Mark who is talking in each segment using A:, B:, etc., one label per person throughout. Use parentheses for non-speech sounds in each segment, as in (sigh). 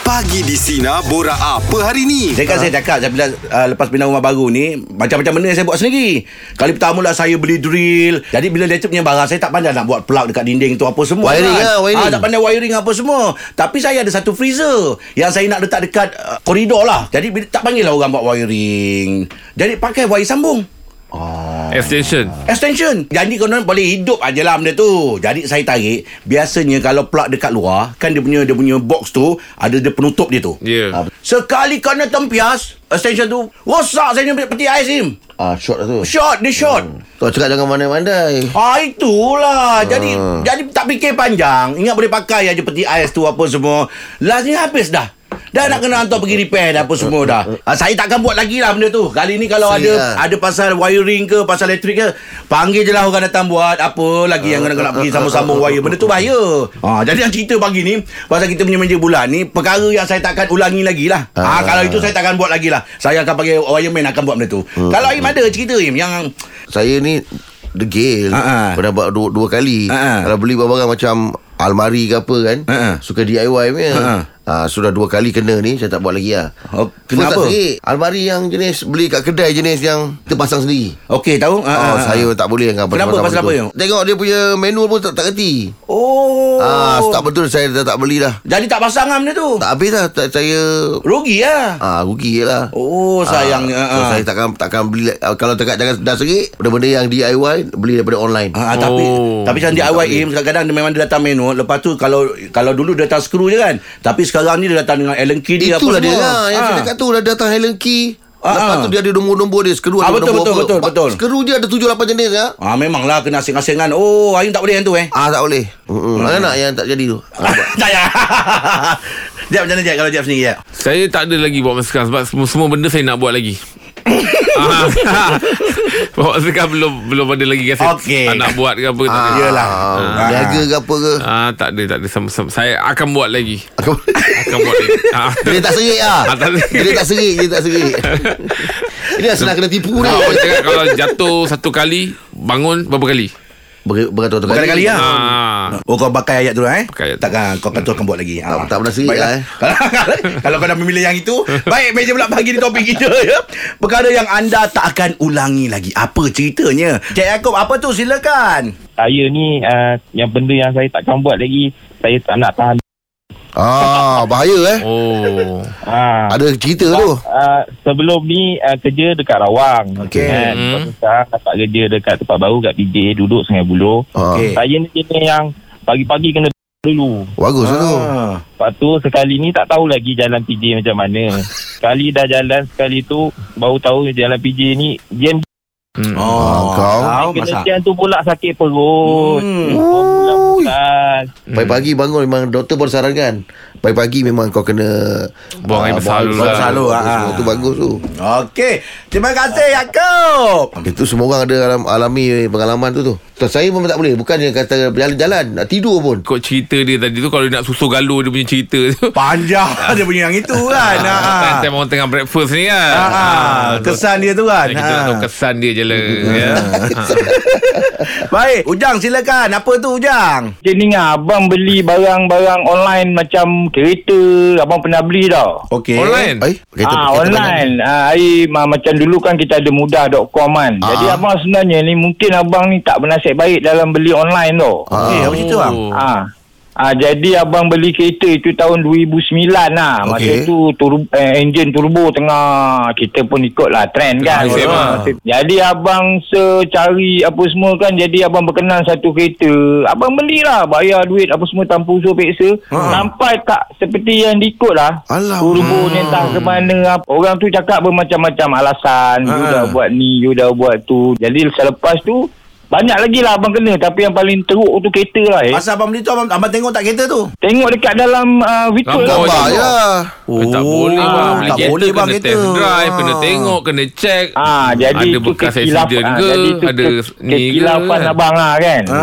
A: Pagi di Sina Bora apa hari ni?
B: Saya kan
C: Ah.
B: saya cakap saya bila, uh, Lepas pindah rumah baru ni Macam-macam benda yang saya buat sendiri Kali pertama lah saya beli drill Jadi bila dia tu punya barang Saya tak pandai nak buat plug dekat dinding tu Apa semua
C: Wiring
B: kan.
C: lah, wiring.
B: Ah, Tak pandai wiring apa semua Tapi saya ada satu freezer Yang saya nak letak dekat uh, koridor lah Jadi bila, tak panggil lah orang buat wiring Jadi pakai wire sambung
D: Extension
B: Extension Jadi kau orang boleh hidup aje lah benda tu Jadi saya tarik Biasanya kalau plug dekat luar Kan dia punya dia punya box tu Ada dia penutup dia tu
D: Ya.
B: Ah, Sekali kena tempias Extension tu Rosak saya punya peti ais ni
C: Ah, short lah tu.
B: Short dia short hmm.
C: Kau cakap jangan mandai-mandai.
B: Ah itulah Jadi jadi tak fikir panjang Ingat boleh pakai aja peti ais tu apa semua Lastnya habis dah Dah nak kena hantar pergi repair dah apa semua dah ah, Saya takkan buat lagi lah benda tu Kali ni kalau
C: Sini
B: ada
C: lah.
B: ada pasal wiring ke Pasal elektrik ke Panggil je lah orang datang buat Apa lagi yang kena nak pergi sambung-sambung
C: Ah.
B: wire Benda tu bahaya ah, Jadi yang cerita pagi ni Pasal kita punya meja bulan ni Perkara yang saya takkan ulangi lagi lah ah, Kalau itu saya takkan buat lagi lah Saya akan panggil wireman akan buat benda tu
C: Hmm.
B: Kalau Im ada cerita Im Yang
C: Saya ni degil.
B: Ha-ha.
C: Pernah buat dua, dua kali.
B: Ha-ha.
C: Kalau beli barang macam almari ke apa kan.
B: Ha-ha.
C: Suka DIY punya.
B: Ha-ha.
C: Ah, sudah dua kali kena ni Saya tak buat lagi lah
B: Oh,
C: First
B: kenapa?
C: tak serik. Almari yang jenis Beli kat kedai jenis yang Kita pasang sendiri
B: Okey tahu Ah, ah,
C: Oh,
B: ah.
C: saya tak boleh dengan
B: Kenapa? Pasal
C: pasang-pasang
B: apa
C: begitu. Tengok dia punya manual pun tak, tak kerti
B: Oh.
C: Ah, tak betul saya dah tak beli dah
B: Jadi tak pasang lah benda tu.
C: Tak habis dah tak, Saya
B: Rugi lah.
C: ah, rugi je lah
B: Oh, sayangnya.
C: ah, so,
B: Ah,
C: Saya takkan takkan beli ah, Kalau dekat jangan dah serik Benda-benda yang DIY Beli daripada online
B: Ah, ah, tapi
D: Oh.
B: tapi macam DIY Im kadang-kadang dia memang dia datang manual lepas tu kalau kalau dulu dia datang skru je kan tapi sekarang ni dia datang dengan Allen key dia
C: Itulah
B: apa
C: dia
B: semua.
C: lah Yang
B: Ah.
C: saya cakap tu Dah datang Helen Key
B: Ah,
C: Lepas
B: ah.
C: tu dia ada nombor-nombor dia Skru
B: Ah,
C: ada
B: betul,
C: nombor
B: betul,
C: apa.
B: betul,
C: Ba-
B: betul.
C: Skru dia ada 7-8 jenis ya.
B: Ah memanglah kena asing-asingan. Oh, ayun tak boleh yang tu eh.
C: Ah tak boleh Mm-mm. Anak yang tak jadi tu
B: tak ya. (laughs) Jap macam mana Jap kalau Jap sendiri Jap.
D: Saya tak ada lagi buat masa sekarang Sebab semua, semua benda saya nak buat
B: (laughs)
D: lagi Ah, (laughs) Buat masa sekarang belum Belum ada lagi kasi
B: Okey.
D: Nak buat ke apa tak ada.
B: Yalah.
C: ah,
B: Ah.
C: Niaga ke apa
B: (laughs)
C: ke
D: Ah, tak ada tak ada sama, sama. Saya akan buat lagi Akan buat
B: (laughs)
D: lagi ah.
C: Dia
D: (laughs)
C: tak serik lah
D: Ah, tak serik.
C: Dia tak serik Dia tak serik Ini dah senang kena tipu ni
D: Ah, orang cakap Kalau jatuh satu kali Bangun berapa kali
C: Ber- Beratus-ratus kali
B: Berkali-kali lah.
D: Ah.
B: Oh kau pakai ayat tu lah eh
D: Pakai ayat tu.
B: Takkan kau kata akan buat lagi
C: Tak- tak pernah sirik
B: Baiklah.
C: lah, eh.
B: kalau, kalau, (laughs) kalau kau dah memilih yang itu Baik meja pula pagi di topik kita ya Perkara yang anda tak akan ulangi lagi Apa ceritanya Cik Yaakob apa tu silakan
E: saya ni uh, yang benda yang saya takkan buat lagi saya tak nak tahan
C: Ah bahaya eh
D: Oh
B: Ah.
E: ha.
C: Ada cerita tu
E: Uh, sebelum ni uh, kerja dekat Rawang
B: Okey.
E: kan
D: Hmm.
E: Lepas tu sekarang dapat kerja dekat tempat baru kat PJ duduk Sungai Buloh
C: Ah,
B: Okey.
E: saya ni jenis yang pagi-pagi kena dulu
C: Bagus lah tu
B: Ah.
E: lepas tu sekali ni tak tahu lagi jalan PJ macam
B: (laughs)
E: mana sekali dah jalan sekali tu baru tahu jalan PJ ni jam
D: Hmm.
B: Oh
C: Ah, kau.
B: Kau
E: kena
B: masak
E: jam tu pula sakit perut Ah,
B: Hmm.
E: Bulan-bulan.
C: Hmm. Pagi-pagi bangun memang doktor pun sarankan. Pagi-pagi memang kau kena
D: Buang air
C: ah,
D: besar dulu
C: buang air
D: lah.
C: besar dulu,
B: Ah.
C: Semua tu bagus tu.
B: Okey Terima kasih Yaakob
C: Itu semua orang ada alam, alami pengalaman tu tu. Terus saya memang tak boleh. Bukannya kata jalan-jalan, nak tidur pun.
D: Kau cerita dia tadi tu Kalau dia nak susul galuh Dia punya cerita tu
B: Panjang (laughs) dia punya yang itu kan Ah.
D: Ah, Time orang tengah breakfast ni kan
B: Ah, ah.
D: Ah,
B: Kesan dia tu kan
D: Dan kita nak
B: Ah.
D: tahu kesan dia je lah
B: Hmm.
D: ya.
B: (laughs) Baik Ujang silakan Apa tu Ujang
E: Dia ni kan, abang beli barang-barang online macam kereta, abang pernah beli tau.
B: Okey
D: Online
C: Eh,
E: ah, online. Ah, air, ah, macam dulu kan kita ada mudah.com kan.
C: Ah.
E: Jadi abang sebenarnya ni mungkin abang ni tak bernasib baik dalam beli online tau.
B: Okey apa cerita bang
D: Oh.
E: Ah. Ah, jadi abang beli kereta itu tahun 2009 lah. Masa
C: Okey.
E: tu turbo, eh, enjin turbo tengah kita pun ikut lah trend kan.
D: Trend,
C: Ah.
E: Orang-
D: same
E: Jadi abang secari apa semua kan. Jadi abang berkenan satu kereta. Abang belilah bayar duit apa semua tanpa usul peksa. Sampai tak seperti yang diikut lah.
C: Ah. Alamak.
E: Turbo ni entah ke mana. apa. Orang tu cakap bermacam-macam
C: Ah.
E: alasan. You
B: Ha.
E: dah buat ni, you dah buat tu. Jadi selepas tu banyak lagi lah abang kena Tapi yang paling teruk tu kereta lah eh.
B: Masa abang beli tu abang, abang tengok tak kereta tu?
E: Tengok dekat dalam uh, Vitul
D: Gambar
C: Gambar
E: tengok.
C: je.
B: Ah.
D: Eh, tak boleh
B: lah.
D: bang Beli
B: Oh. tak
D: kereta,
B: boleh bang
D: Kena
B: kereta.
D: test drive Kena
B: Ah.
D: tengok Kena check
E: Ah,
D: Ada
E: jadi tu
D: bekas
E: kekhilaf-
D: accident
E: ah,
D: ke
E: jadi tu
D: Ada ni
E: ke-
D: ke
E: kekhilafan
D: kan?
E: abang lah kan.
B: Ah.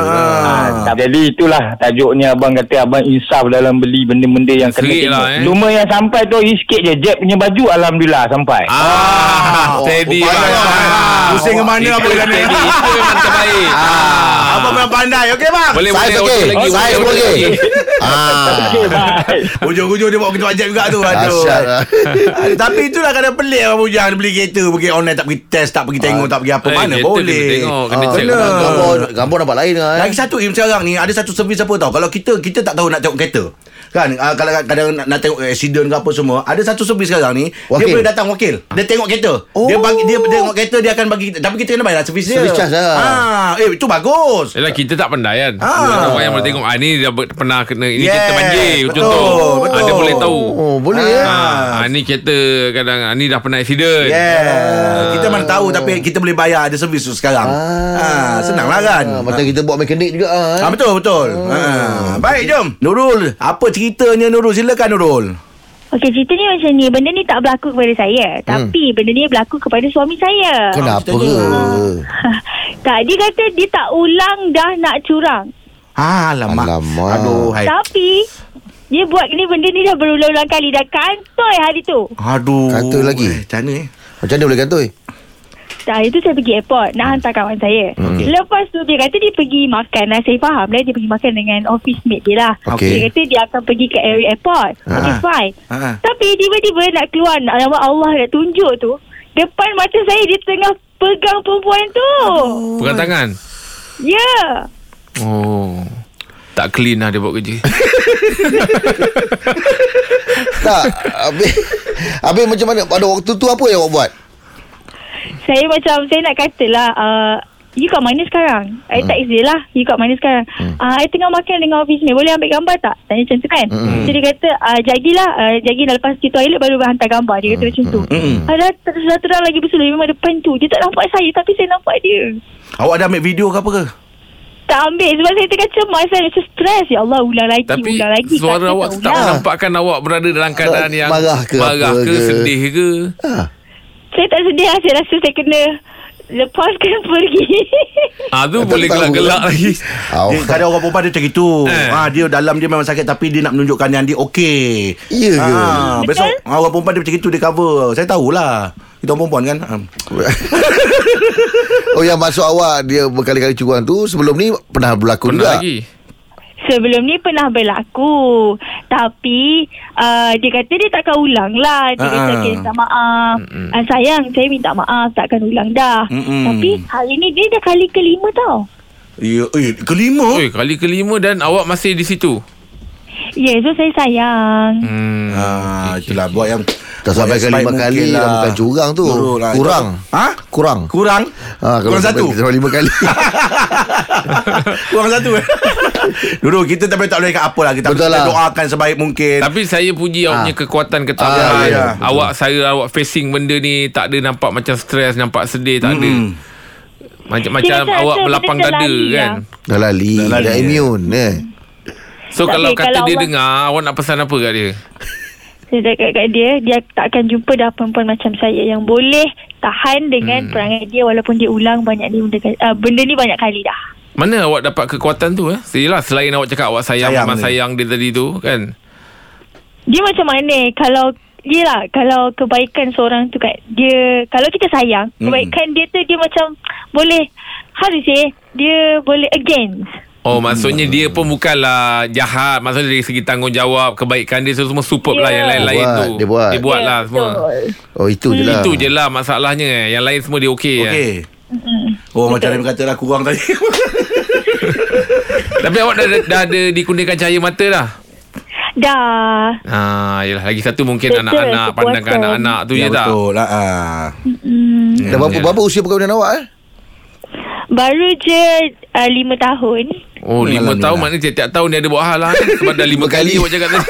E: Ah, tak- jadi itulah tajuknya abang kata abang insaf dalam beli benda-benda yang kena
D: Serik lah, eh.
E: Cuma yang sampai tu iri sikit je. Jeb punya baju alhamdulillah sampai.
D: Ah
C: Oh,
D: Steady
C: oh,
D: bang Ah.
C: pandai, bang.
B: Pusing ke mana
D: Itu
B: apa kan?
D: steady, Itu memang terbaik okey.
B: Ah, abang memang pandai. Okey bang.
D: Boleh
C: Saya
D: boleh
C: okey.
D: okey lagi.
C: Saya
D: boleh,
C: okey.
D: okey.
E: (laughs)
C: Ah.
E: Okay, bye.
B: Ujung-ujung dia bawa kereta ajak juga tu. Aduh.
C: Asyad lah.
B: Ah, (laughs) Tapi itulah kadang pelik Abang Bujang Dia beli kereta Pergi online tak pergi test Tak pergi tengok Tak pergi apa
D: Eh,
B: Mana
D: kereta
B: boleh
D: kena tengok, kena
B: Ah,
D: check
B: kena.
D: orang
C: Gambar, gambar nampak lain lah eh.
B: Lagi satu Im sekarang ni Ada satu servis apa tau Kalau kita Kita tak tahu nak tengok kereta Kan ah, Kalau kadang nak, nak tengok accident ke apa semua Ada satu servis sekarang ni Dia
C: Wakil.
B: boleh datang wakil Dia tengok kereta oh. Dia bagi dia tengok kereta Dia akan bagi Tapi kita kena bayar lah servis dia
C: Servis charge lah.
B: ah, Eh itu bagus
D: Yalah kita tak pandai kan
B: Ah.
D: Orang yang boleh tengok ah, Ni dia ber- pernah kena Ini
B: Yes,
D: kereta banjir
B: betul,
D: Contoh
B: betul.
D: Ah, Dia boleh tahu
C: Oh, boleh eh.
D: ah, Ni kereta kadang ah, Ni dah pernah accident
B: Yeah. Kita mana
C: Oh.
B: tahu Tapi kita boleh bayar Ada servis tu sekarang ah. Senang lah kan
C: Ah, Macam kita buat mekanik juga ah, eh.
B: Ah betul betul. Ha. Baik jom. Nurul, apa ceritanya Nurul? Silakan Nurul.
F: Okey, ceritanya macam ni. Benda ni tak berlaku kepada
C: Hmm.
F: saya. Tapi benda ni berlaku kepada suami saya.
C: Kenapa?
F: (laughs) tak, dia kata dia tak ulang dah nak curang.
B: Alamak.
C: Alamak.
B: Aduh, hai.
F: Tapi, dia buat ni benda ni dah berulang-ulang kali. Dah kantoi hari tu.
B: Aduh.
C: Kata lagi.
B: Eh, Macam mana eh?
C: Macam mana boleh eh? kantoi?
F: Dah, hari tu saya pergi airport nak hantar kawan saya.
C: Hmm. Okey.
F: Lepas tu dia kata dia pergi makan lah. Saya faham lah dia pergi makan dengan office mate dia lah.
C: Okey.
F: Dia kata dia akan pergi ke air- airport.
B: Ah.
F: Okay fine.
B: Ah.
F: Tapi tiba-tiba nak keluar nama Allah nak tunjuk tu. Depan mata saya dia tengah pegang perempuan tu.
D: Pegang tangan
F: Ya. Yeah.
D: Oh Tak clean lah dia buat kerja
C: Tak. Habis, habis macam mana? Pada waktu tu apa yang awak buat?
F: Saya macam Saya nak katalah uh, You kat mana sekarang? I tak text dia lah You kat mana sekarang? Ah, I tengah makan dengan office ni Boleh ambil gambar tak? Tanya macam tu kan mm. So dia kata uh, Jagilah uh, Jagi dah lepas pergi toilet Baru hantar gambar Dia kata macam tu mm. Ada satu orang lagi bersuluh Memang depan tu Dia tak nampak saya Tapi saya nampak dia
B: Awak dah ambil video ke apa ke?
F: Tak ambil Sebab saya tengah cemas Saya macam stres Ya Allah ulang lagi
D: (laughs) Tapi
F: Ulang lagi lah.
D: suara
F: Kata
D: awak tak
F: ulang.
D: menampakkan awak berada dalam keadaan yang
C: Marah ke
D: Marah
C: apa
D: ke,
C: ke.
D: sedih ke
C: Ah.
F: Saya tak sedih lah Saya rasa saya kena Lepaskan (laughs) pergi
D: Ah tu
C: Tak
D: boleh
C: tahu.
D: gelak-gelak lagi
B: Dia,
C: Awak.
B: kadang orang perempuan dia macam gitu.
D: Eh.
B: Ha, dia dalam dia memang sakit tapi dia nak menunjukkan yang dia okey.
C: Ya ke?
B: Ha, besok
F: Betul?
B: ha, orang perempuan dia macam gitu dia cover. Saya tahulah. Kita orang perempuan kan. Ha.
C: Oh yang masuk awak dia berkali-kali curang tu sebelum ni pernah berlaku
D: Pernah
C: juga.
D: lagi
F: Sebelum ni pernah berlaku Tapi uh, Dia kata dia takkan ulang lah Dia
B: Ah.
F: kata okay, minta maaf uh, Sayang saya minta maaf Takkan ulang dah
B: Mm-mm.
F: Tapi hari ni dia dah kali kelima tau
B: Ya, eh, kelima.
D: Oi, kali kelima dan awak masih di situ
F: Ya yeah, so saya sayang
D: Hmm
B: Ha, itulah buat yang
C: Tak sampai
B: buat yang
C: kali lima
B: sebaik
C: kali
B: mungkin
C: lah. bukan curang tu.
B: Nurul lah.
C: kurang.
B: Ha?
C: Kurang.
B: Kurang? (laughs)
C: Ah, kalau
B: kurang
C: sampai-
B: satu.
C: Sampai lima
D: (laughs)
C: kali.
B: Kurang satu eh (laughs) Dulu kita tak boleh tak boleh kat apa lah Kita
C: Betul
B: kita
C: lah.
B: doakan sebaik mungkin
D: Tapi saya puji awak punya kekuatan ketabahan.
C: Ah, ya, ya.
D: Awak saya awak facing benda ni tak ada nampak macam stres, nampak sedih, tak ada.
B: Mm-mm.
C: Hmm.
D: Macam macam awak
F: rasa macam lah.
D: berlapang
F: benda
D: dada
F: terlari
D: kan.
C: Dah lali.
B: Dah lali,
C: Dah
D: ya.
B: eh.
C: immune eh.
D: So
F: Tak
D: kalau
F: boleh,
D: kata
F: kalau
D: dia
F: awak-
D: dengar, awak nak pesan apa kat dia?
F: Saya dekat kat dia eh, Dia tak akan jumpa dah perempuan macam saya Yang boleh tahan dengan
D: Hmm.
F: perangai dia Walaupun dia ulang banyak ni benda, kali- ah, benda ni banyak kali dah
D: Mana awak dapat kekuatan tu eh? Yelah selain awak cakap awak sayang,
B: Sayang
D: memang
B: ni.
D: sayang dia tadi tu kan.
F: Dia macam mana Kalau Yelah Kalau kebaikan seorang tu kat Dia Kalau kita sayang
D: Hmm.
B: Mm-mm.
F: Kebaikan dia tu Dia macam Boleh How to say Dia boleh against
D: Oh maksudnya dia pun bukanlah jahat Maksudnya dari segi tanggungjawab Kebaikan dia semua superb lah Yang
F: Yeah.
D: lain-lain
C: Dia buat,
D: tu
C: dia buat.
D: Dia buat
F: Ya,
D: lah semua
F: betul.
C: Oh itu je lah.
D: Itu je lah masalahnya eh. Yang lain semua dia okey okay. eh.
B: Okey Oh macam dia kata lah kurang
D: (laughs)
B: tadi
D: Tapi awak dah, dah, dah ada dikundikan cahaya mata dah
F: Dah
D: Ah, yelah lagi satu mungkin
F: Betul,
D: anak-anak
F: kepuasan.
D: pandangkan anak-anak tu ya, tak.
B: Betul lah ah. Ya.
F: mm,
C: Dah berapa,
D: Ya.
C: berapa usia perkahwinan awak eh?
F: Baru je uh, Lima tahun
D: Oh, lima
B: Alhamdulillah.
D: tahun maknanya tiap-tiap tahun dia ada buat
B: (laughs)
D: hal lah. eh. Sebab dah lima
C: Lima kali.
D: kali awak cakap tadi.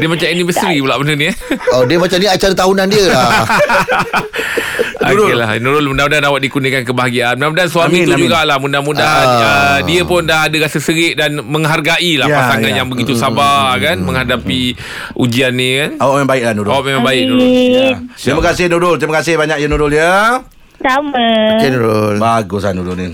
D: Dia macam anniversary pula benda
B: (laughs)
D: ni eh.
C: Oh dia macam ni acara tahunan dia
D: (laughs)
C: lah.
D: Okey lah Nurul mudah-mudahan awak dikurniakan kebahagiaan Mudah-mudahan suami
B: Amin,
D: tu
B: amin.
D: jugalah Mudah-mudahan
C: Ah.
D: uh, Dia pun dah ada rasa serik Dan menghargai lah
B: Ya,
D: pasangan
B: ya. hmm,
D: yang begitu sabar kan Menghadapi ujian ni kan
B: Awak memang baik lah Nurul Ah.
D: Awak memang baik Nurul
F: Amin.
B: Terima kasih Nurul Terima kasih banyak ya Nurul ya
F: Sama
C: General.
B: Bagus lah Nurul ni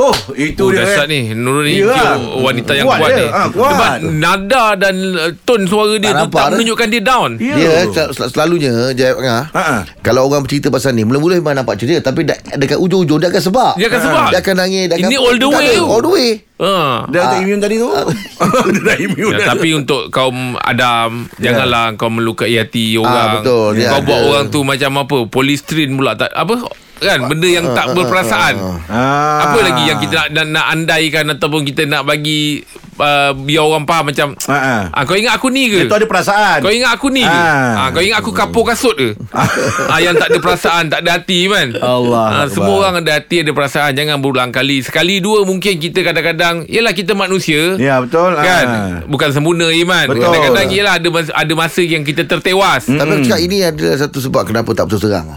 B: Oh, itu
D: Oh,
B: dia.
D: dasar
B: eh.
D: ni Nurul ni
B: Yalah.
D: yeah. wanita yang
B: Kuat
D: kuat,
B: dia.
D: ni
B: Ah, kuat. lah.
D: Sebab nada dan uh, tone suara dia tak
C: Tak
D: tu
C: nampak
D: Tak
C: dah.
D: menunjukkan dia down
B: Ya.
C: Dia eh, sel- sel- selalunya Jaya Pengah
B: Ha-ha.
C: Kalau orang bercerita pasal ni Mula-mula memang nampak ceria Tapi da- dekat ujung-ujung Dia akan sebab Ah.
D: Dia akan sebab.
C: Dia akan nangis dia akan
D: Ini all the
C: Tak
D: way
C: ada,
D: tu.
C: All the way
D: ha.
B: Dah
C: Ah.
B: tak immune
C: (laughs)
B: tadi tu. (laughs) Dia dah immune.
D: Ya,
B: dah.
D: tapi untuk kaum Adam
C: Ya.
D: Janganlah kau melukai hati orang
C: betul. Ya,
D: Kau
C: ada.
D: buat orang tu macam apa Polistrin pula tak, Apa Kan benda yang tak berperasaan
B: Ah.
D: Apa lagi yang kita nak, nak, nak andaikan Ataupun kita nak bagi uh, Biar orang faham macam
B: Ha, ha.
D: ah, Kau ingat aku ni ke
B: Itu ada perasaan.
D: Kau ingat aku ni ke?
B: Ah.
D: Ah. kau ingat aku kapur kasut ke? ah, yang tak ada perasaan, tak ada hati kan?
B: Allah
D: Ah, semua
B: Akbar.
D: orang ada hati, ada perasaan. Jangan berulang kali. Sekali dua mungkin kita kadang-kadang, yelah kita manusia.
B: Ya, betul.
D: Kan?
B: Ah.
D: Bukan sempurna Iman.
B: Betul.
D: Kadang-kadang yelah ada masa, ada masa yang kita tertewas.
C: Tapi aku cakap ini adalah satu sebab Kenapa tak betul serang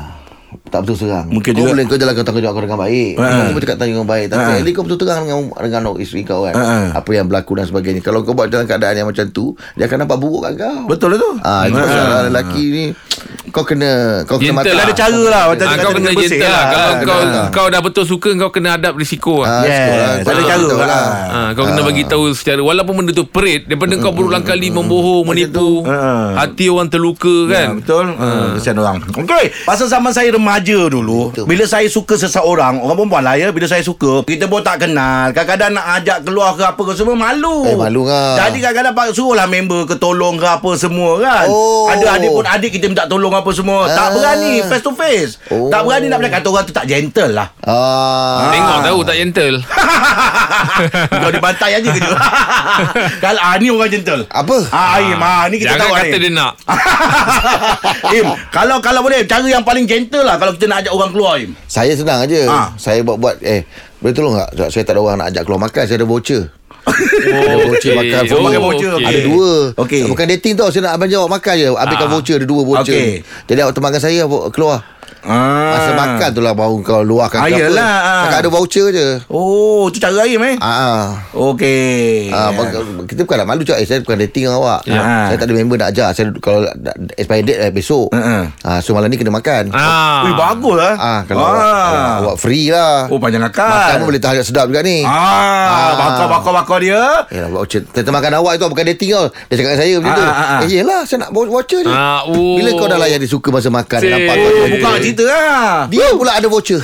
C: Tak betul serang
B: Mungkin
C: Kau
B: juga-
C: boleh kau jalankan tanggungjawab kau dengan baik
B: Ha.
C: Kau bercakap tanggungjawab baik Tapi
B: Ha.
C: ha. kau betul terang dengan, dengan isteri kau kan
B: Ha.
C: Apa yang berlaku dan sebagainya Kalau kau buat dalam keadaan yang macam tu Dia akan nampak buruk kat kau
B: Betul lah tu.
C: Ah, itu pasal ah. lelaki ni kau kena kau kena
D: Gentle
C: matang.
D: lah.
B: Ada cara lah. Macam
D: Ah,
B: cakap
D: kau
B: tadi
D: kena
B: dengan bersih
D: gentle lah. Kalau
B: Ah,
D: kau,
B: kena.
D: kau dah betul suka, kau kena hadap risiko lah.
C: Ah,
B: Yes, tak
C: sekolah,
B: ada
C: kau
B: cara
C: tahu
B: lah.
D: Ha, kau kena bagi tahu secara walaupun benda tu perit daripada kau berulang kali membohong menipu
B: Ha.
D: hati orang terluka
B: kan?
D: kan
B: betul. Uh, kesian orang. Okey, masa zaman saya remaja dulu, betul. bila saya suka seseorang, orang perempuan lah ya, bila saya suka, kita pun tak kenal. Kadang-kadang nak ajak keluar ke apa ke semua malu.
C: Eh, malu lah.
B: Jadi kadang-kadang pak suruhlah member ke tolong ke apa semua kan.
C: Oh.
B: Ada adik pun adik kita minta tolong apa semua. Tak
C: Ah.
B: berani face to face.
C: Oh.
B: Tak berani nak bilang kata orang tu tak gentle
D: (laughs)
B: lah.
C: Ah.
B: Ha.
D: Tengok tahu tak gentle
B: Kau dibantai aja
D: (laughs)
B: kerja. Kalau ah, ni orang gentle.
C: Apa?
B: Ah, Aim, ah, ni kita
D: Jangan
B: tahu
D: kata
B: Aim.
D: dia nak
B: (laughs) Im, kalau kalau boleh cara yang paling gentle lah kalau kita nak ajak orang keluar Im.
C: Saya senang aje.
B: Ah.
C: Saya buat-buat eh boleh tolong tak? Sebab saya tak ada orang nak ajak keluar makan, saya ada voucher. Ada voucher
D: okey.
C: makan
D: Oh,
C: free.
B: pakai voucher,
D: okey.
C: Ada dua
B: Okey.
C: Bukan dating tau Saya nak abang jawab makan je Habiskan
D: Ah.
C: voucher Ada dua voucher
B: Okey.
C: Jadi awak temankan saya awak Keluar
B: Ah.
C: Masa makan tu lah Baru kau
B: Ah,
C: luahkan ke apa.
B: yelah, ah.
C: Cakap ada voucher je
B: Oh, tu cara Aim eh.
C: Ah.
B: Okey.
C: Ah, yeah. kita bukan nak malu cakap eh, saya bukan dating dengan awak. Ah,
B: Ya.
C: Saya tak ada member nak ajar. Saya kalau nak- expired date eh, besok.
B: Mm-mm.
C: Ah, so malam ni kena makan.
D: ah.
B: Ui, bagus lah.
C: Ah, kalau awak, kalau awak free lah.
B: Oh, panjang akal.
C: Makan pun boleh tahan sedap juga
B: Ah,
C: ni. Ah.
B: bakar-bakar-bakar dia.
C: Yalah, Eh, voucher. Kita makan awak itu bukan dating tau. Dia cakap dengan saya macam
B: Ah,
C: tu.
B: ah, ah, ah.
C: Eh, yelah, saya nak vou- voucher je.
D: Ah, oh.
C: Bila kau dah layan dia suka masa makan, dia
D: Cik.
C: nampak kau.
B: Oh,
D: Eh.
B: buka cerita lah.
C: Dia pula ada
B: (laughs)
C: voucher.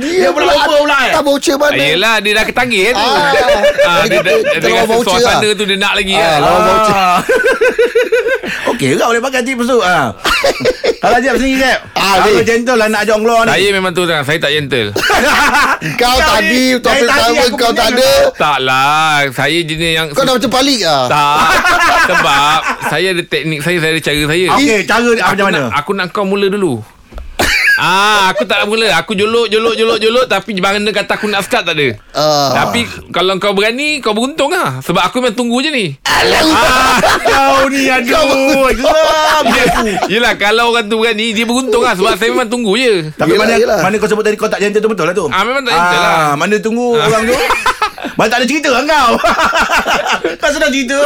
C: dia,
B: pula offer pula, eh?
C: Tak voucher mana.
D: Yelah dia dah ketagih tu.
C: Ah.
D: Ah, dia dah
C: Kita
D: dia
C: lawan
D: rasa
C: voucher
D: suasana
C: lah.
D: tu dia nak lagi
C: Ah,
D: kan.
C: lawan voucher.
B: (laughs) Okey, kau boleh pakai tips tu.
C: (laughs)
B: Ah. Kalau jap sini jap.
C: Ah,
B: Kalau
C: ni.
B: gentle lah nak ajak orang keluar ni.
D: Saya memang tu orang Saya tak gentle
C: Kau tadi,
B: ni, dari
C: topik
B: tadi
C: pertama
B: aku punya
C: kau tak
B: memang-
C: ada.
D: Tak lah Saya jenis yang
C: Kau dah macam palik lah.
D: Tak (laughs) Sebab Saya ada teknik saya Saya ada cara saya
B: (laughs) Okey, cara dia
D: Aku
B: macam mana?
D: nak, Aku nak kau mula dulu Ah, aku tak nak mula. Aku jolok, jolok, jolok, jolok. Tapi mana kata aku nak start tak ada.
C: Ah.
D: Tapi kalau kau berani, kau beruntung lah. Sebab aku memang tunggu
C: (laughs)
D: je ni.
B: Kau ni aduh. Geram dia aku.
D: Yelah, kalau orang tu berani, dia beruntung lah. Sebab saya memang tunggu je.
B: Tapi
C: Yelah,
B: mana
C: yelah.
B: mana kau sebut tadi kau tak gentle tu betul lah tu.
D: Ah, memang tak gentle lah.
B: Mana tunggu orang
D: (laughs)
B: tu. Mana tak ada cerita lah kau. kau sedang cerita.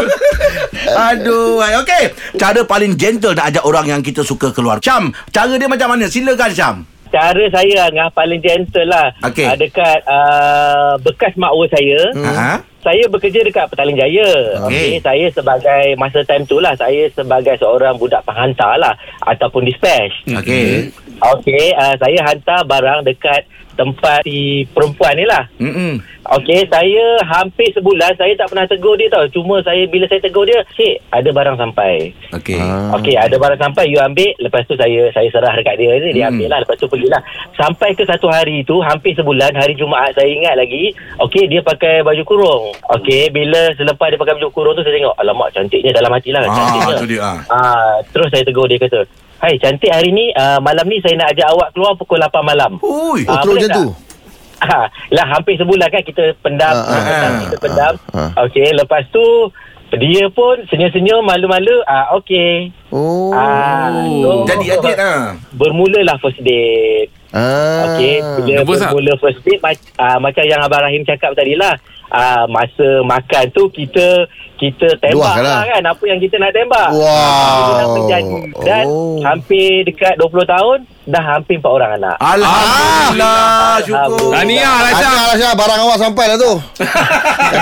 B: Aduh. hai. Okey. Cara paling gentle nak ajak orang yang kita suka keluar. Syam, cara dia macam mana? Silakan Syam.
G: Cara saya dengan paling gentle lah
B: Okey.
G: Ah, Dekat uh, bekas makwa saya
B: Hmm. Ha?
G: Saya bekerja dekat Petaling Jaya
B: Okey.
G: okay. Saya sebagai Masa time tu lah Saya sebagai seorang budak penghantar lah Ataupun dispatch
C: Hmm.
B: Okey.
G: Okey uh, Saya hantar barang dekat Tempat si perempuan ni
C: Hmm.
G: lah
B: Mm-mm.
G: Okey, saya hampir sebulan saya tak pernah tegur dia tau. Cuma saya bila saya tegur dia, "Cik, ada barang sampai."
B: Okey.
C: Ah.
G: Okey, ada barang sampai you ambil, lepas tu saya saya serah dekat dia ni,
B: Hmm.
G: dia ambil lah, lepas tu pergilah. Sampai ke satu hari tu, hampir sebulan, hari Jumaat saya ingat lagi, okey dia pakai baju kurung. Okey, bila selepas dia pakai baju kurung tu saya tengok, alamak cantiknya dalam hati lah,
B: Ah,
G: cantiknya.
B: tu dia. ah.
G: Ah, terus saya tegur dia kata, "Hai, cantik hari ni, ah, malam ni saya nak ajak awak keluar pukul 8 malam." (laughs)
B: Ui.
C: Oh, terus
G: Ah,
C: macam
G: boleh tak?
C: tu.
G: Ha, lah hampir sebulan kan kita pendam,
C: Ah, ah,
G: kita pendam,
B: ah,
G: kita pendam.
C: ah,
G: Okey, lepas tu dia pun senyum-senyum malu-malu, ah okey.
C: Oh.
G: Ah, so-
B: Jadi adik ah.
C: lah.
G: Bermulalah first date.
C: Ah.
G: Okey, bila
D: Nervous tak?
G: bermula first date mac- ah, macam yang Abang Rahim cakap tadi lah. Ah, masa makan tu kita kita tembak
C: Luahkan lah.
G: lah kan apa yang kita nak tembak.
C: Wow.
G: Itu dah terjadi. Dan
C: Oh.
G: oh. hampir dekat 20 tahun dah hampir 4 orang anak.
D: Ah.
B: Alhamdulillah syukur.
D: Tahniah Rasha.
C: Ajar Rasha Barang awak sampai lah tu
G: Ya,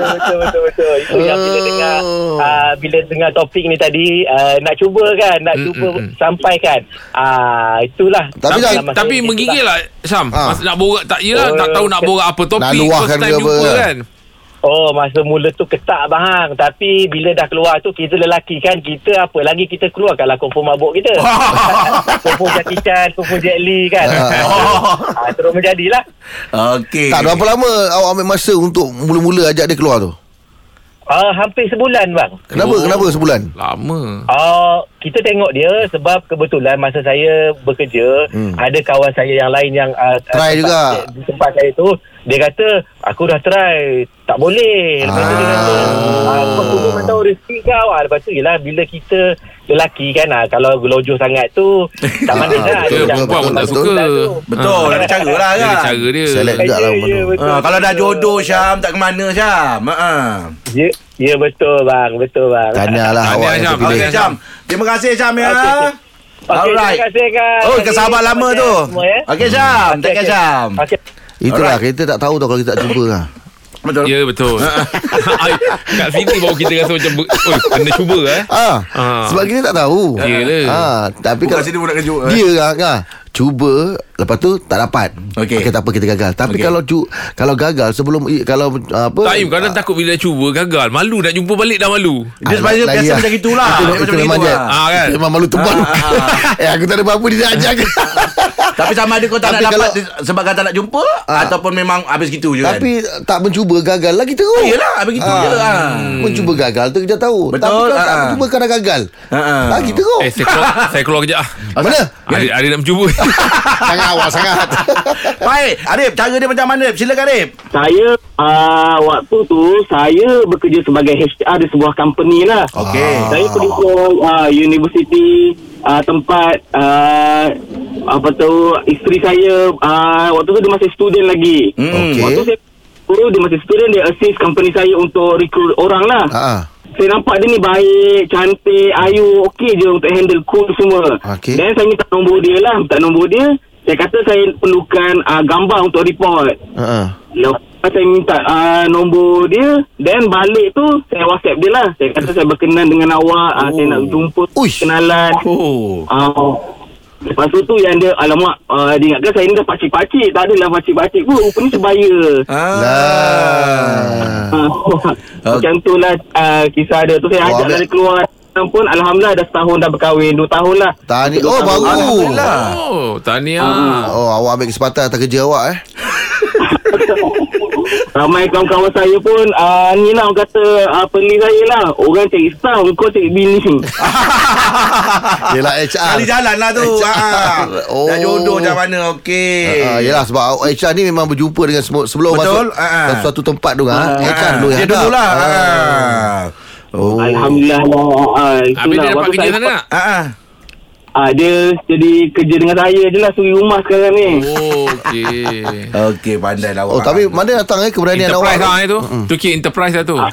G: betul betul betul itu yang bila
C: Oh.
G: dengar uh, bila dengar topik ni tadi uh, nak cuba kan nak
D: Hmm,
G: cuba sampaikan ah itulah
C: Tapi
D: Tapi,
C: dah-
G: Dalam masa
D: tapi
G: itulah.
D: menggigil lah Syam
C: Ha.
D: Masa nak borak tak Yelah
G: Oh,
D: tak tahu nak borak apa
C: Nak
D: Topik
C: luahkan
D: first time
C: ke apa
D: jumpa
C: kan?
D: kan
G: Oh masa mula tu ketak bang Tapi bila dah keluar tu Kita lelaki kan Kita apa lagi kita keluar Kalau confirm mabuk kita Confirm Jackie Chan Confirm Jet Li kan ah, Terus menjadilah
B: Okey.
C: Tak berapa lama Awak ambil masa Untuk mula-mula ajak dia keluar tu
G: ah, Hampir sebulan bang
C: Kenapa
D: Oh.
C: Kenapa sebulan
D: Lama
G: Uh, kita tengok dia sebab kebetulan masa saya bekerja hmm. ada kawan saya yang lain yang uh,
C: Try
G: tempat,
C: juga.
G: di tempat saya tu dia kata aku dah try tak boleh lepas tu dia kata
C: Ah.
G: "Ah, kau kudu tahu rezeki kau ah, lepas tu yelah bila kita lelaki kan ah, kalau gelojoh sangat tu tak mana
C: Ah,
G: dah
C: betul,
G: dia dah-
C: betul,
D: Perempuan pun tak Ya,
C: betul,
D: suka Ah.
B: Betul, ada cara lah
D: Dia ada
B: kan.
D: cara dia
C: Select.
G: Ya,
C: Sedap lah
G: ya,
C: benda.
G: betul,
B: Ha, kalau dah
G: betul.
B: jodoh Syam tak ke mana Syam. Ha. ah.
G: Ya, ya betul bang, betul bang.
C: Tahniah lah
D: Tahniah,
C: awak yang
D: Syam.
C: terpilih
B: Okey Syam. Terima kasih Syam ya.
G: Okey, okey. Okey,
B: Alright.
G: terima kasih kan.
B: Oh, ke sahabat
G: Terima
B: lama
G: kasih
B: tu.
G: semua, ya.
B: Okey Syam,
G: Okey,
B: tak
G: okey.
B: Syam.
G: Okey.
C: Itulah kita tak tahu tau Kalau kita tak cuba lah
B: Betul.
D: Ya betul
C: Ha.
D: (laughs) Ay, Kat sini baru kita rasa macam ber- Oi kena cuba eh
C: Ah,
D: Ah.
C: Sebab kita tak tahu
D: Yelah.
C: ah, Tapi
B: Bukan
C: kalau
B: sini eh. pun nak kejut.
C: Dia kan, kan cuba lepas tu tak dapat.
B: Okey.
C: okay tak apa kita gagal. Tapi
B: Okey.
C: okay. kalau cu, kalau gagal sebelum i- kalau ah, apa
D: Taim kadang
C: ah,
D: takut bila dah cuba gagal Malu nak jumpa balik dah malu
B: Dia
C: ah,
B: sebab dia
C: lagi
B: biasa
C: lah.
B: macam itulah.
C: Itu,
B: Dia
C: itu,
B: macam
C: memang
B: begitu
C: je.
B: lah.
D: Ah, kan?
C: Itu memang malu tebal. (laughs) eh aku tak ada apa-apa dia ajak aku.
B: (laughs) Tapi sama ada kau tak
C: Tapi
B: nak dapat
C: kalau-
B: dia- sebab kau tak nak jumpa
C: Ah.
B: ataupun memang habis gitu je kan.
C: Tapi tak mencuba gagal lagi teruk. Ah.
B: Oh, yelah, begitu je lah.
C: Mencuba gagal tu kita tahu.
B: Betul,
C: Tapi kalau tak
B: ah.
C: mencuba kadang gagal.
B: Ah.
C: Lagi teruk.
D: Eh saya keluar, saya keluar
C: (laughs)
D: kejap ah.
C: Mana?
D: Ada ada nak
C: (laughs)
D: mencuba
C: sangat awal sangat.
B: (laughs) Baik, Arif, cara dia macam mana? Arif? Silakan Arif.
H: Saya
G: Ah,
H: uh, waktu tu saya bekerja sebagai HR di sebuah company lah.
B: Okey.
G: Ah.
H: Saya pergi ke uh, universiti uh, tempat uh, apa tu isteri saya uh, waktu tu dia masih student lagi.
B: Hmm.
C: Okey.
H: Waktu saya guru dia masih student dia assist company saya untuk recruit orang lah.
C: (laughs) Ha ah.
H: Saya nampak dia ni baik, cantik, ayu, okey je untuk handle cool semua.
C: Okey.
H: Dan saya minta nombor dia lah, minta nombor dia. Saya kata saya perlukan uh, gambar untuk report.
C: Ha ah.
H: Lepas saya minta uh, nombor dia Then balik tu Saya whatsapp dia lah Saya kata saya berkenan dengan awak oh. uh, Saya nak jumpa
C: Uish.
H: Kenalan
B: Oh.
H: uh, Lepas tu tu yang dia Alamak uh, Dia ingatkan saya ni dah pakcik-pakcik Tak adalah pakcik-pakcik pun Rupanya sebaya
C: Ah.
B: Ah.
C: Lah.
H: (laughs) uh, Macam tu lah uh, Kisah dia tu Saya
C: Oh,
H: ajak
C: ambil-
H: lah dia keluar Sekarang pun Alhamdulillah dah setahun dah berkahwin Dua tahun lah
C: Tahniah.
H: Dua
C: Oh,
H: tahun.
C: baru.
B: Alhamdulillah.
D: Oh tahniah
C: Oh, awak ambil kesempatan atas kerja awak
B: (laughs)
C: eh.
H: (laughs) Ramai kawan-kawan saya pun uh, Ni lah orang kata uh, Peli saya lah Orang cari staff Kau cari bini
C: Yelah HR.
B: Kali jalan lah tu.
C: HR.
B: Ha. Oh. Dah jodoh macam mana? Okey.
C: Uh, yelah sebab awak- HR ni memang berjumpa dengan semua sebelum
B: Betul,
C: Betul? masuk
B: ah.
C: uh, suatu tempat tu kan.
B: Ah,
C: HR dulu yang
B: Dia
C: hantar.
B: dulu lah.
C: Ah.
B: Oh.
H: Alhamdulillah uh,
D: Habis dia dapat kerja sana nak?
B: Ha. ah.
H: uh, Dia jadi kerja dengan saya je lah Suri rumah sekarang ni
D: Oh okey
B: Okey, pandai lah
C: Oh,
B: awak.
C: tapi mana datang eh keberanian awak?
D: Enterprise lah itu
C: Hmm.
D: Tu kira enterprise lah tu
C: Ah.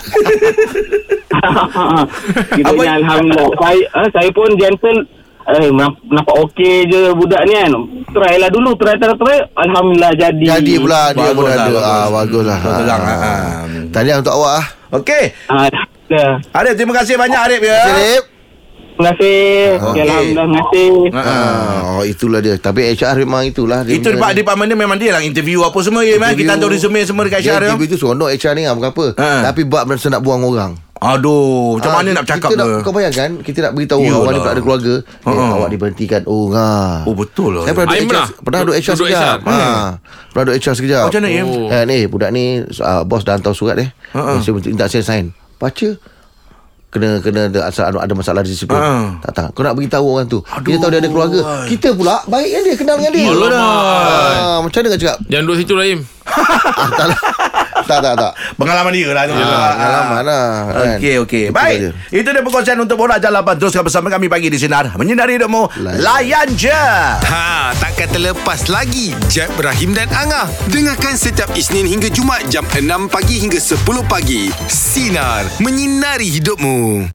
H: (laughs) Kiranya Alhamdulillah Saya uh, saya pun gentle Eh, namp- nampak okey je budak ni kan Try lah dulu Try try try Alhamdulillah jadi
C: Jadi pula
B: Bagus
C: dia pun
B: lah,
C: ada.
B: bagus.
C: Ah, bagus lah.
B: Betul terang, ah, ah.
C: Tahniah untuk awak ah.
B: Okey.
H: Ah, dah.
B: Arif, terima kasih banyak Arif ya.
C: Sirip.
H: Terima kasih
B: Okey.
H: Alhamdulillah Terima kasih
B: Ha. ah.
C: Ah, oh itulah dia. Tapi HR memang itulah dia.
B: Itu department department dia memang dia lah interview apa semua ya man. Kita hantar resume semua dekat ya.
C: Dia
B: Syar.
C: interview tu seronok HR ni ah, bukan apa.
B: Ah.
C: Tapi bab rasa nak buang orang.
B: Aduh, macam
C: Ah,
B: mana nak bercakap
C: kita nak,
B: ke?
C: Kau bayangkan Kita nak beritahu
B: Yalah.
C: Awak ni pernah ada keluarga eh,
B: Ha-ha.
C: Awak diberhentikan Oh ha.
B: Oh, betul lah.
C: Saya pernah duduk
D: Aim
C: HR
D: pernah?
C: Pernah duduk
D: Duduk
C: HR sekejap
D: HR.
C: ha. Pernah duduk HR sekejap
B: Oh, macam mana, Im?
D: Oh.
C: Kan, eh, Budak ni uh, Bos dah hantar surat eh
B: Ha-ha.
C: uh-huh. Saya minta saya sign Baca kena kena ada asal ada masalah disiplin.
B: Ha.
C: Tak tak. Kau nak beritahu orang tu. Aduh. Dia
B: Aduh.
C: tahu dia ada keluarga. Kita pula baik dengan dia, kenal dengan dia.
D: Alamak.
C: Ha, macam mana nak cakap?
D: Jangan duduk situ Rahim
C: Ah, tak lah. tak, tak, tak.
B: Pengalaman dia lah tu.
C: Ah, pengalaman lah. kan.
B: Okey okey.
C: Itu
B: Baik.
C: saja.
B: Itu dia perkongsian untuk Borak Jalan 8. Teruskan bersama kami pagi di sinar. Menyinari hidupmu.
C: Layan.
B: Layan je.
A: Ha, takkan terlepas lagi Jeb, Ibrahim dan Angah. Dengarkan setiap Isnin hingga Jumat jam 6 pagi hingga 10 pagi. Sinar, menyinari hidupmu.